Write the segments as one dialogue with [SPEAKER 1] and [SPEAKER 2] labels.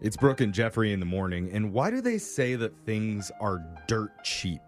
[SPEAKER 1] It's Brooke and Jeffrey in the morning. And why do they say that things are dirt cheap?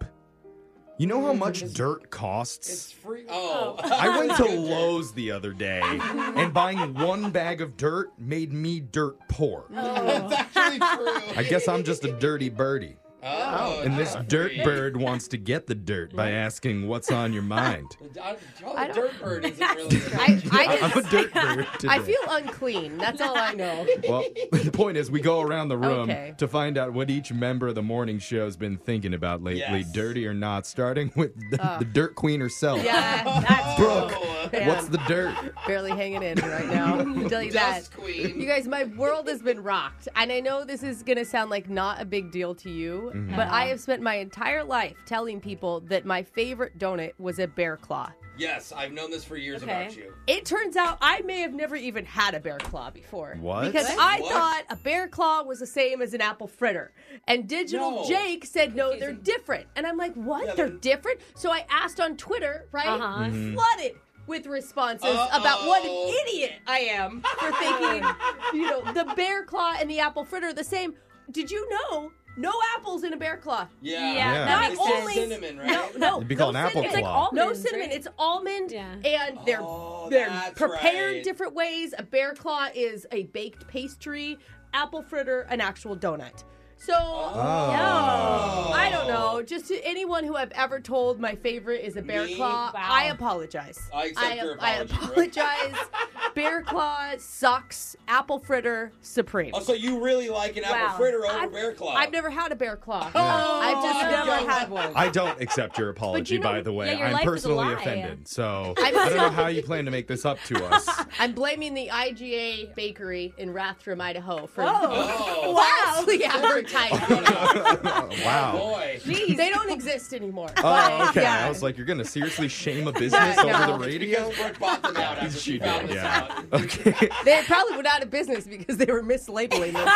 [SPEAKER 1] You know how much dirt
[SPEAKER 2] It's
[SPEAKER 1] costs?
[SPEAKER 2] free. Oh.
[SPEAKER 1] I went to Lowe's the other day, and buying one bag of dirt made me dirt poor.
[SPEAKER 2] That's actually true.
[SPEAKER 1] I guess I'm just a dirty birdie.
[SPEAKER 2] Oh,
[SPEAKER 1] And this
[SPEAKER 2] that's
[SPEAKER 1] dirt
[SPEAKER 2] free.
[SPEAKER 1] bird wants to get the dirt by asking what's on your mind.
[SPEAKER 2] I, oh,
[SPEAKER 3] I don't-
[SPEAKER 2] dirt bird isn't really.
[SPEAKER 4] I, I,
[SPEAKER 1] I'm a
[SPEAKER 4] just,
[SPEAKER 1] dirt bird. Today.
[SPEAKER 4] I feel unclean. That's all I know.
[SPEAKER 1] Well, the point is, we go around the room
[SPEAKER 4] Okay.
[SPEAKER 1] to find out what each member of the morning show's been thinking about lately,
[SPEAKER 2] Yes.
[SPEAKER 1] dirty or not, starting with the, the dirt queen herself.
[SPEAKER 4] Yeah, that's
[SPEAKER 2] Oh.
[SPEAKER 1] Brooke,
[SPEAKER 4] man.
[SPEAKER 1] what's the dirt?
[SPEAKER 4] barely hanging in right now. I'll tell you that.
[SPEAKER 2] Dust queen.
[SPEAKER 4] You guys, my world has been rocked. And I know this is going to sound like not a big deal to you, but I have spent my entire life telling people that my favorite donut was a bear claw.
[SPEAKER 2] yes, I've known this for years
[SPEAKER 3] Okay.
[SPEAKER 2] about you.
[SPEAKER 4] It turns out I may have never even had a bear claw before.
[SPEAKER 1] What?
[SPEAKER 4] Because I
[SPEAKER 2] What?
[SPEAKER 4] thought a bear claw was the same as an apple fritter. And Digital
[SPEAKER 2] No.
[SPEAKER 4] Jake said, no, they're different. And I'm like, what?
[SPEAKER 2] Yeah,
[SPEAKER 4] they're
[SPEAKER 2] they're-
[SPEAKER 4] different? So I asked on Twitter, right?
[SPEAKER 3] Uh-huh. Mhm.
[SPEAKER 4] Flooded with responses about what an
[SPEAKER 2] Uh-oh.
[SPEAKER 4] idiot I am for thinking, you know, the bear claw and the apple fritter are the same. Did you know no apples in a bear claw?
[SPEAKER 2] Yeah.
[SPEAKER 3] Yeah,
[SPEAKER 1] Yeah.
[SPEAKER 3] that
[SPEAKER 4] Not
[SPEAKER 3] makes
[SPEAKER 2] It's just
[SPEAKER 4] only-
[SPEAKER 3] sense.
[SPEAKER 2] cinnamon, right?
[SPEAKER 4] No, no.
[SPEAKER 1] It'd be
[SPEAKER 4] no
[SPEAKER 1] called an apple
[SPEAKER 4] cinnamon.
[SPEAKER 3] It's like
[SPEAKER 1] claw.
[SPEAKER 3] all
[SPEAKER 4] No cinnamon. It's almond,
[SPEAKER 3] Yeah.
[SPEAKER 4] and they're
[SPEAKER 2] Oh,
[SPEAKER 4] they're
[SPEAKER 2] that's
[SPEAKER 4] prepared
[SPEAKER 2] right.
[SPEAKER 4] different ways. A bear claw is a baked pastry. Apple fritter, an actual donut. So
[SPEAKER 2] Oh.
[SPEAKER 1] Oh.
[SPEAKER 4] yeah, I don't know. Just to anyone who I've ever told my favorite is a bear
[SPEAKER 2] Me?
[SPEAKER 4] claw,
[SPEAKER 3] Wow.
[SPEAKER 4] I apologize.
[SPEAKER 2] I accept your apology,
[SPEAKER 4] I apologize. bear claw sucks. Apple fritter supreme.
[SPEAKER 2] Oh, so you really like an apple
[SPEAKER 3] Wow.
[SPEAKER 2] fritter over
[SPEAKER 4] I've,
[SPEAKER 2] bear claw? Oh,
[SPEAKER 4] I've never had a bear claw. I've just
[SPEAKER 2] my
[SPEAKER 4] never
[SPEAKER 2] God.
[SPEAKER 4] had one.
[SPEAKER 1] I don't accept your apology,
[SPEAKER 3] know-
[SPEAKER 1] by the way.
[SPEAKER 3] yeah, your
[SPEAKER 1] I'm
[SPEAKER 3] life is a
[SPEAKER 1] personally
[SPEAKER 3] lie.
[SPEAKER 1] offended. So I don't know how you plan to make this up to us.
[SPEAKER 4] I'm blaming the IGA bakery in Rathdrum, Idaho for
[SPEAKER 2] Oh,
[SPEAKER 4] falsely advertising.
[SPEAKER 1] Oh, wow.
[SPEAKER 2] Oh, boy.
[SPEAKER 4] they don't exist anymore.
[SPEAKER 1] Oh, okay.
[SPEAKER 4] Yeah.
[SPEAKER 1] I was like, you're going to seriously shame a business
[SPEAKER 4] Yeah,
[SPEAKER 1] over
[SPEAKER 4] no.
[SPEAKER 1] the radio?
[SPEAKER 2] Because Brooke bought them out after she,
[SPEAKER 1] She
[SPEAKER 2] found
[SPEAKER 1] did,
[SPEAKER 2] this
[SPEAKER 1] yeah.
[SPEAKER 2] out.
[SPEAKER 1] Okay.
[SPEAKER 4] they probably went out of business because they were mislabeling those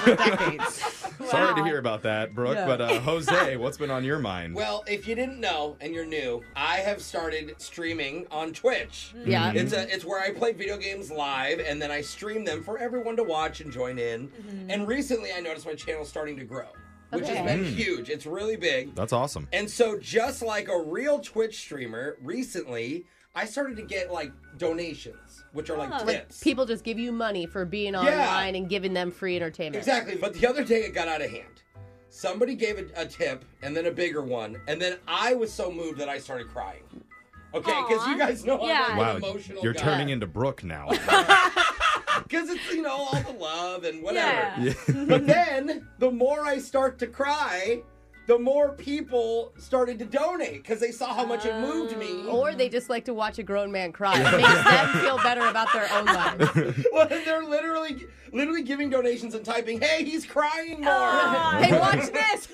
[SPEAKER 4] for decades.
[SPEAKER 1] Sorry to
[SPEAKER 3] Wow.
[SPEAKER 1] hear about that, Brooke.
[SPEAKER 4] Yeah.
[SPEAKER 1] But uh, Jose, what's been on your mind?
[SPEAKER 2] Well, if you didn't know and you're new, I have started streaming on Twitch.
[SPEAKER 4] Mm-hmm. Yeah.
[SPEAKER 2] It's a it's where I play video games live and then I stream them for everyone to watch and join in. And recently I noticed my channel's starting to grow, which
[SPEAKER 4] Mm-hmm. Okay.
[SPEAKER 2] has been huge. It's really big.
[SPEAKER 1] That's awesome.
[SPEAKER 2] And so, just like a real Twitch streamer, recently I started to get like donations, which are like
[SPEAKER 4] Ah.
[SPEAKER 2] tips.
[SPEAKER 4] People just give you money for being online and giving them free entertainment.
[SPEAKER 2] exactly. But the other day it got out of hand. Somebody gave a, a tip and then a bigger one, and then I was so moved that I started crying. Okay, because you
[SPEAKER 3] Aw.
[SPEAKER 2] guys know
[SPEAKER 3] Yeah.
[SPEAKER 2] I'm
[SPEAKER 1] Wow,
[SPEAKER 2] an emotional
[SPEAKER 1] you're
[SPEAKER 2] guy.
[SPEAKER 1] turning into Brooke now.
[SPEAKER 2] because it's you know all the love and whatever.
[SPEAKER 3] Yeah.
[SPEAKER 2] But then the more I start to cry, the more people started to donate because they saw how much it moved me.
[SPEAKER 3] Oh.
[SPEAKER 4] Or they just like to watch a grown man cry. It makes them feel better about their own lives.
[SPEAKER 2] Well, they're literally, literally giving donations and typing, "Hey, he's crying more."
[SPEAKER 4] hey, watch this!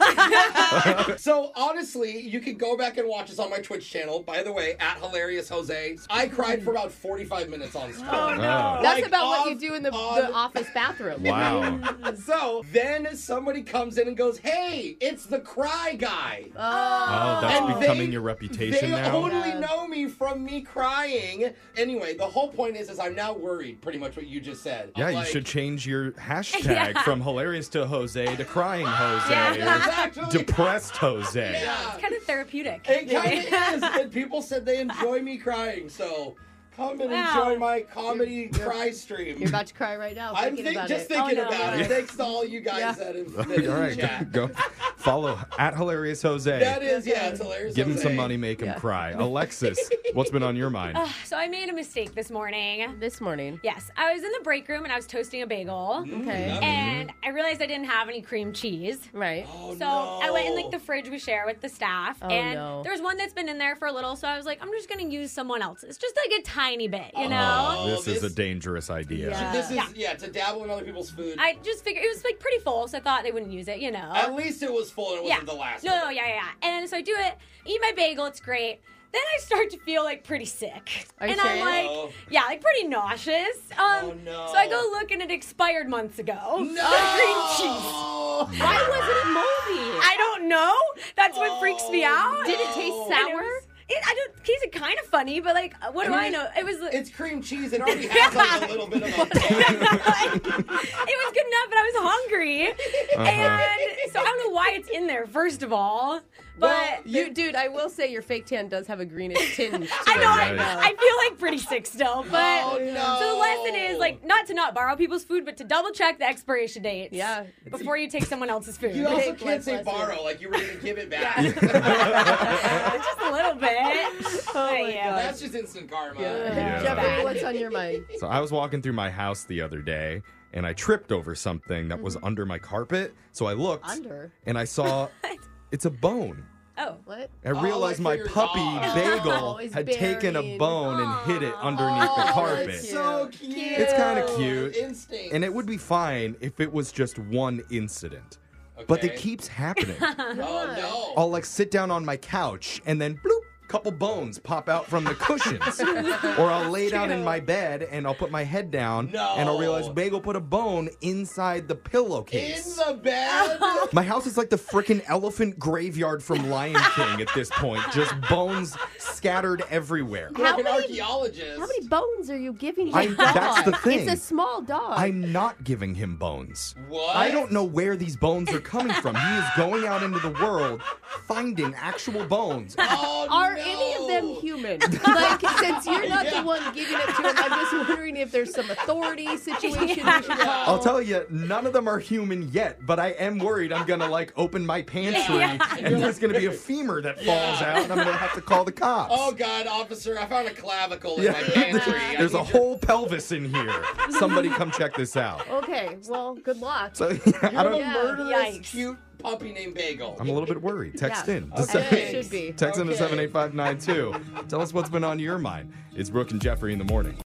[SPEAKER 2] so honestly, you can go back and watch us on my Twitch channel. By the way, at hilarious Jose, I cried for about forty-five minutes on stream.
[SPEAKER 1] Oh.
[SPEAKER 4] That's
[SPEAKER 2] Like
[SPEAKER 4] about what you
[SPEAKER 2] off
[SPEAKER 4] do in the,
[SPEAKER 2] on-
[SPEAKER 4] the office bathroom.
[SPEAKER 1] Wow.
[SPEAKER 2] So then somebody comes in and goes, "Hey, it's the cry guy."
[SPEAKER 1] Oh, that's
[SPEAKER 2] And
[SPEAKER 1] becoming
[SPEAKER 2] they-
[SPEAKER 1] your reputation
[SPEAKER 2] they
[SPEAKER 1] now.
[SPEAKER 2] only
[SPEAKER 4] Yeah.
[SPEAKER 2] know me from me crying. Anyway, the whole point is, is I'm now worried. Pretty much what you just said.
[SPEAKER 1] yeah,
[SPEAKER 2] I'm
[SPEAKER 1] you
[SPEAKER 2] like,
[SPEAKER 1] should change your hashtag from hilarious to Jose to crying Jose
[SPEAKER 3] Yeah.
[SPEAKER 1] or
[SPEAKER 2] Actually,
[SPEAKER 1] depressed Jose.
[SPEAKER 2] yeah.
[SPEAKER 3] It's kind of therapeutic.
[SPEAKER 2] It kind of is. And people said they enjoy me crying, so come and
[SPEAKER 3] Wow.
[SPEAKER 2] enjoy my comedy cry stream.
[SPEAKER 4] You're about to cry right now.
[SPEAKER 2] I'm
[SPEAKER 4] Thinking
[SPEAKER 2] think-
[SPEAKER 4] about
[SPEAKER 2] just
[SPEAKER 4] it.
[SPEAKER 2] thinking
[SPEAKER 3] Oh, no.
[SPEAKER 2] about
[SPEAKER 3] Yeah.
[SPEAKER 2] it. Thanks to all you guys
[SPEAKER 4] Yeah.
[SPEAKER 2] that have
[SPEAKER 1] All
[SPEAKER 2] been in
[SPEAKER 1] right,
[SPEAKER 2] chat.
[SPEAKER 1] go, go follow at hilarious Jose.
[SPEAKER 2] That is, yeah, it's hilarious.
[SPEAKER 1] Give him
[SPEAKER 2] Jose.
[SPEAKER 1] some money, make him cry. Alexis, what's been on your mind?
[SPEAKER 3] So I made a mistake this morning.
[SPEAKER 4] This morning.
[SPEAKER 3] Yes, I was in the break room and I was toasting a bagel,
[SPEAKER 2] Mm-hmm.
[SPEAKER 4] Okay.
[SPEAKER 2] Love it.
[SPEAKER 3] and I realized I didn't have any cream cheese.
[SPEAKER 4] Right.
[SPEAKER 2] Oh,
[SPEAKER 3] So I went in
[SPEAKER 2] no.
[SPEAKER 3] like the fridge we share with the staff,
[SPEAKER 4] Oh,
[SPEAKER 3] and
[SPEAKER 4] no.
[SPEAKER 3] there's one that's been in there for a little. So I was like, I'm just gonna use someone else. It's just like a tiny bit, you know.
[SPEAKER 2] Oh,
[SPEAKER 1] this, is a
[SPEAKER 2] this-
[SPEAKER 1] dangerous idea.
[SPEAKER 4] Yeah.
[SPEAKER 2] This is yeah to dabble in other people's food.
[SPEAKER 3] I just figured it was like pretty full, so I thought they wouldn't use it, you know.
[SPEAKER 2] At least it was full and it
[SPEAKER 3] yeah.
[SPEAKER 2] wasn't the last.
[SPEAKER 3] No, no,
[SPEAKER 2] one.
[SPEAKER 3] yeah, yeah, yeah. And then so I do it, eat my bagel, it's great. Then I start to feel like pretty sick.
[SPEAKER 4] Are you
[SPEAKER 3] and
[SPEAKER 4] serious?
[SPEAKER 3] I'm like,
[SPEAKER 2] Oh.
[SPEAKER 3] yeah, like pretty nauseous. Um,
[SPEAKER 2] Oh, no.
[SPEAKER 3] So I go look and it expired months ago. The green cheese.
[SPEAKER 2] No!
[SPEAKER 4] Why wasn't it moldy?
[SPEAKER 3] I don't know. That's what freaks
[SPEAKER 2] Oh,
[SPEAKER 3] me out.
[SPEAKER 4] Did it taste
[SPEAKER 3] And it
[SPEAKER 4] sour?
[SPEAKER 3] was- It, I don't. He's kind of funny, but like, what do I know? It was.
[SPEAKER 2] It's cream cheese. It already has like, a little bit of a.
[SPEAKER 3] it was good enough, but I was hungry. pastry.
[SPEAKER 4] Uh-huh.
[SPEAKER 3] And so I don't know why it's in there, first of all. But
[SPEAKER 4] Well, you, dude, I will say your fake tan does have a greenish tinge.
[SPEAKER 3] I know I,
[SPEAKER 1] Right.
[SPEAKER 3] I feel like pretty sick still, but
[SPEAKER 2] Oh, no.
[SPEAKER 3] so the lesson is like not to not borrow people's food, but to double check the expiration dates.
[SPEAKER 4] Yeah.
[SPEAKER 3] Before you take someone else's food.
[SPEAKER 2] You also
[SPEAKER 4] Big life
[SPEAKER 2] can't say
[SPEAKER 4] lesson.
[SPEAKER 2] borrow, like you were gonna give it back.
[SPEAKER 3] Just a little bit. But
[SPEAKER 4] my
[SPEAKER 3] yeah.
[SPEAKER 2] That's just instant karma.
[SPEAKER 1] Yeah.
[SPEAKER 4] Jeffrey, what's on your mind?
[SPEAKER 1] So I was walking through my house the other day and I tripped over something that was
[SPEAKER 2] Mm-hmm.
[SPEAKER 1] under my carpet. So I looked
[SPEAKER 4] Under?
[SPEAKER 1] and I saw it's a bone.
[SPEAKER 3] Oh.
[SPEAKER 4] What?
[SPEAKER 1] I realized
[SPEAKER 2] for
[SPEAKER 1] my
[SPEAKER 2] your
[SPEAKER 1] puppy
[SPEAKER 2] dog.
[SPEAKER 1] Bagel
[SPEAKER 4] Oh, he's
[SPEAKER 1] had taken a
[SPEAKER 4] buried.
[SPEAKER 1] bone and hid it underneath the
[SPEAKER 4] that's
[SPEAKER 1] carpet.
[SPEAKER 4] cute.
[SPEAKER 2] So cute.
[SPEAKER 1] It's kinda cute.
[SPEAKER 2] Instinct.
[SPEAKER 1] And it would be fine if it was just one incident. But it
[SPEAKER 2] Okay.
[SPEAKER 1] keeps happening.
[SPEAKER 4] Uh-huh.
[SPEAKER 2] Oh no.
[SPEAKER 1] I'll like sit down on my couch and then bloop, couple bones pop out from the cushions. or I'll lay down in my bed and I'll put my head down
[SPEAKER 2] No.
[SPEAKER 1] and I'll realize Bagel put a bone inside the
[SPEAKER 2] In
[SPEAKER 1] pillowcase.
[SPEAKER 2] the bed.
[SPEAKER 1] my house is like the freaking elephant graveyard from Lion King at this point. Just bones scattered everywhere.
[SPEAKER 2] You're like an
[SPEAKER 4] many-
[SPEAKER 2] archaeologist.
[SPEAKER 4] How many bones are you giving
[SPEAKER 1] I-
[SPEAKER 4] your dog?
[SPEAKER 1] that's the thing.
[SPEAKER 4] It's a small dog.
[SPEAKER 1] I'm not giving him bones.
[SPEAKER 2] What?
[SPEAKER 1] I don't know where these bones are coming from. He is going out into the world finding actual bones.
[SPEAKER 2] Oh,
[SPEAKER 4] Are
[SPEAKER 2] no.
[SPEAKER 4] any of them human? Like, since you're not
[SPEAKER 2] Yeah.
[SPEAKER 4] the one giving it to him, I'm just wondering if there's some authority situation we should
[SPEAKER 2] Yeah.
[SPEAKER 4] call.
[SPEAKER 1] I'll tell you, none of them are human yet, but I am worried I'm gonna like open my pantry
[SPEAKER 3] Yeah.
[SPEAKER 1] and there's gonna be a femur that falls
[SPEAKER 2] Yeah.
[SPEAKER 1] out and I'm gonna have to call the cops.
[SPEAKER 2] Oh God, officer! I found a clavicle in my
[SPEAKER 1] Yeah.
[SPEAKER 2] pantry. I
[SPEAKER 1] There's a
[SPEAKER 2] need
[SPEAKER 1] whole pelvis in here. Somebody come check this out.
[SPEAKER 4] Okay, well, good luck.
[SPEAKER 1] So yeah,
[SPEAKER 2] Your,
[SPEAKER 1] I
[SPEAKER 2] you're
[SPEAKER 1] don't
[SPEAKER 2] a
[SPEAKER 4] Yeah.
[SPEAKER 2] murderous,
[SPEAKER 3] Yikes.
[SPEAKER 2] cute puppy named Bagel.
[SPEAKER 1] I'm a little bit worried. Text
[SPEAKER 4] Yeah.
[SPEAKER 1] in.
[SPEAKER 4] As
[SPEAKER 2] Okay.
[SPEAKER 4] it should be.
[SPEAKER 1] Text in to
[SPEAKER 2] Okay.
[SPEAKER 1] 78592. Tell us what's been on your mind. It's Brooke and Jeffrey in the morning.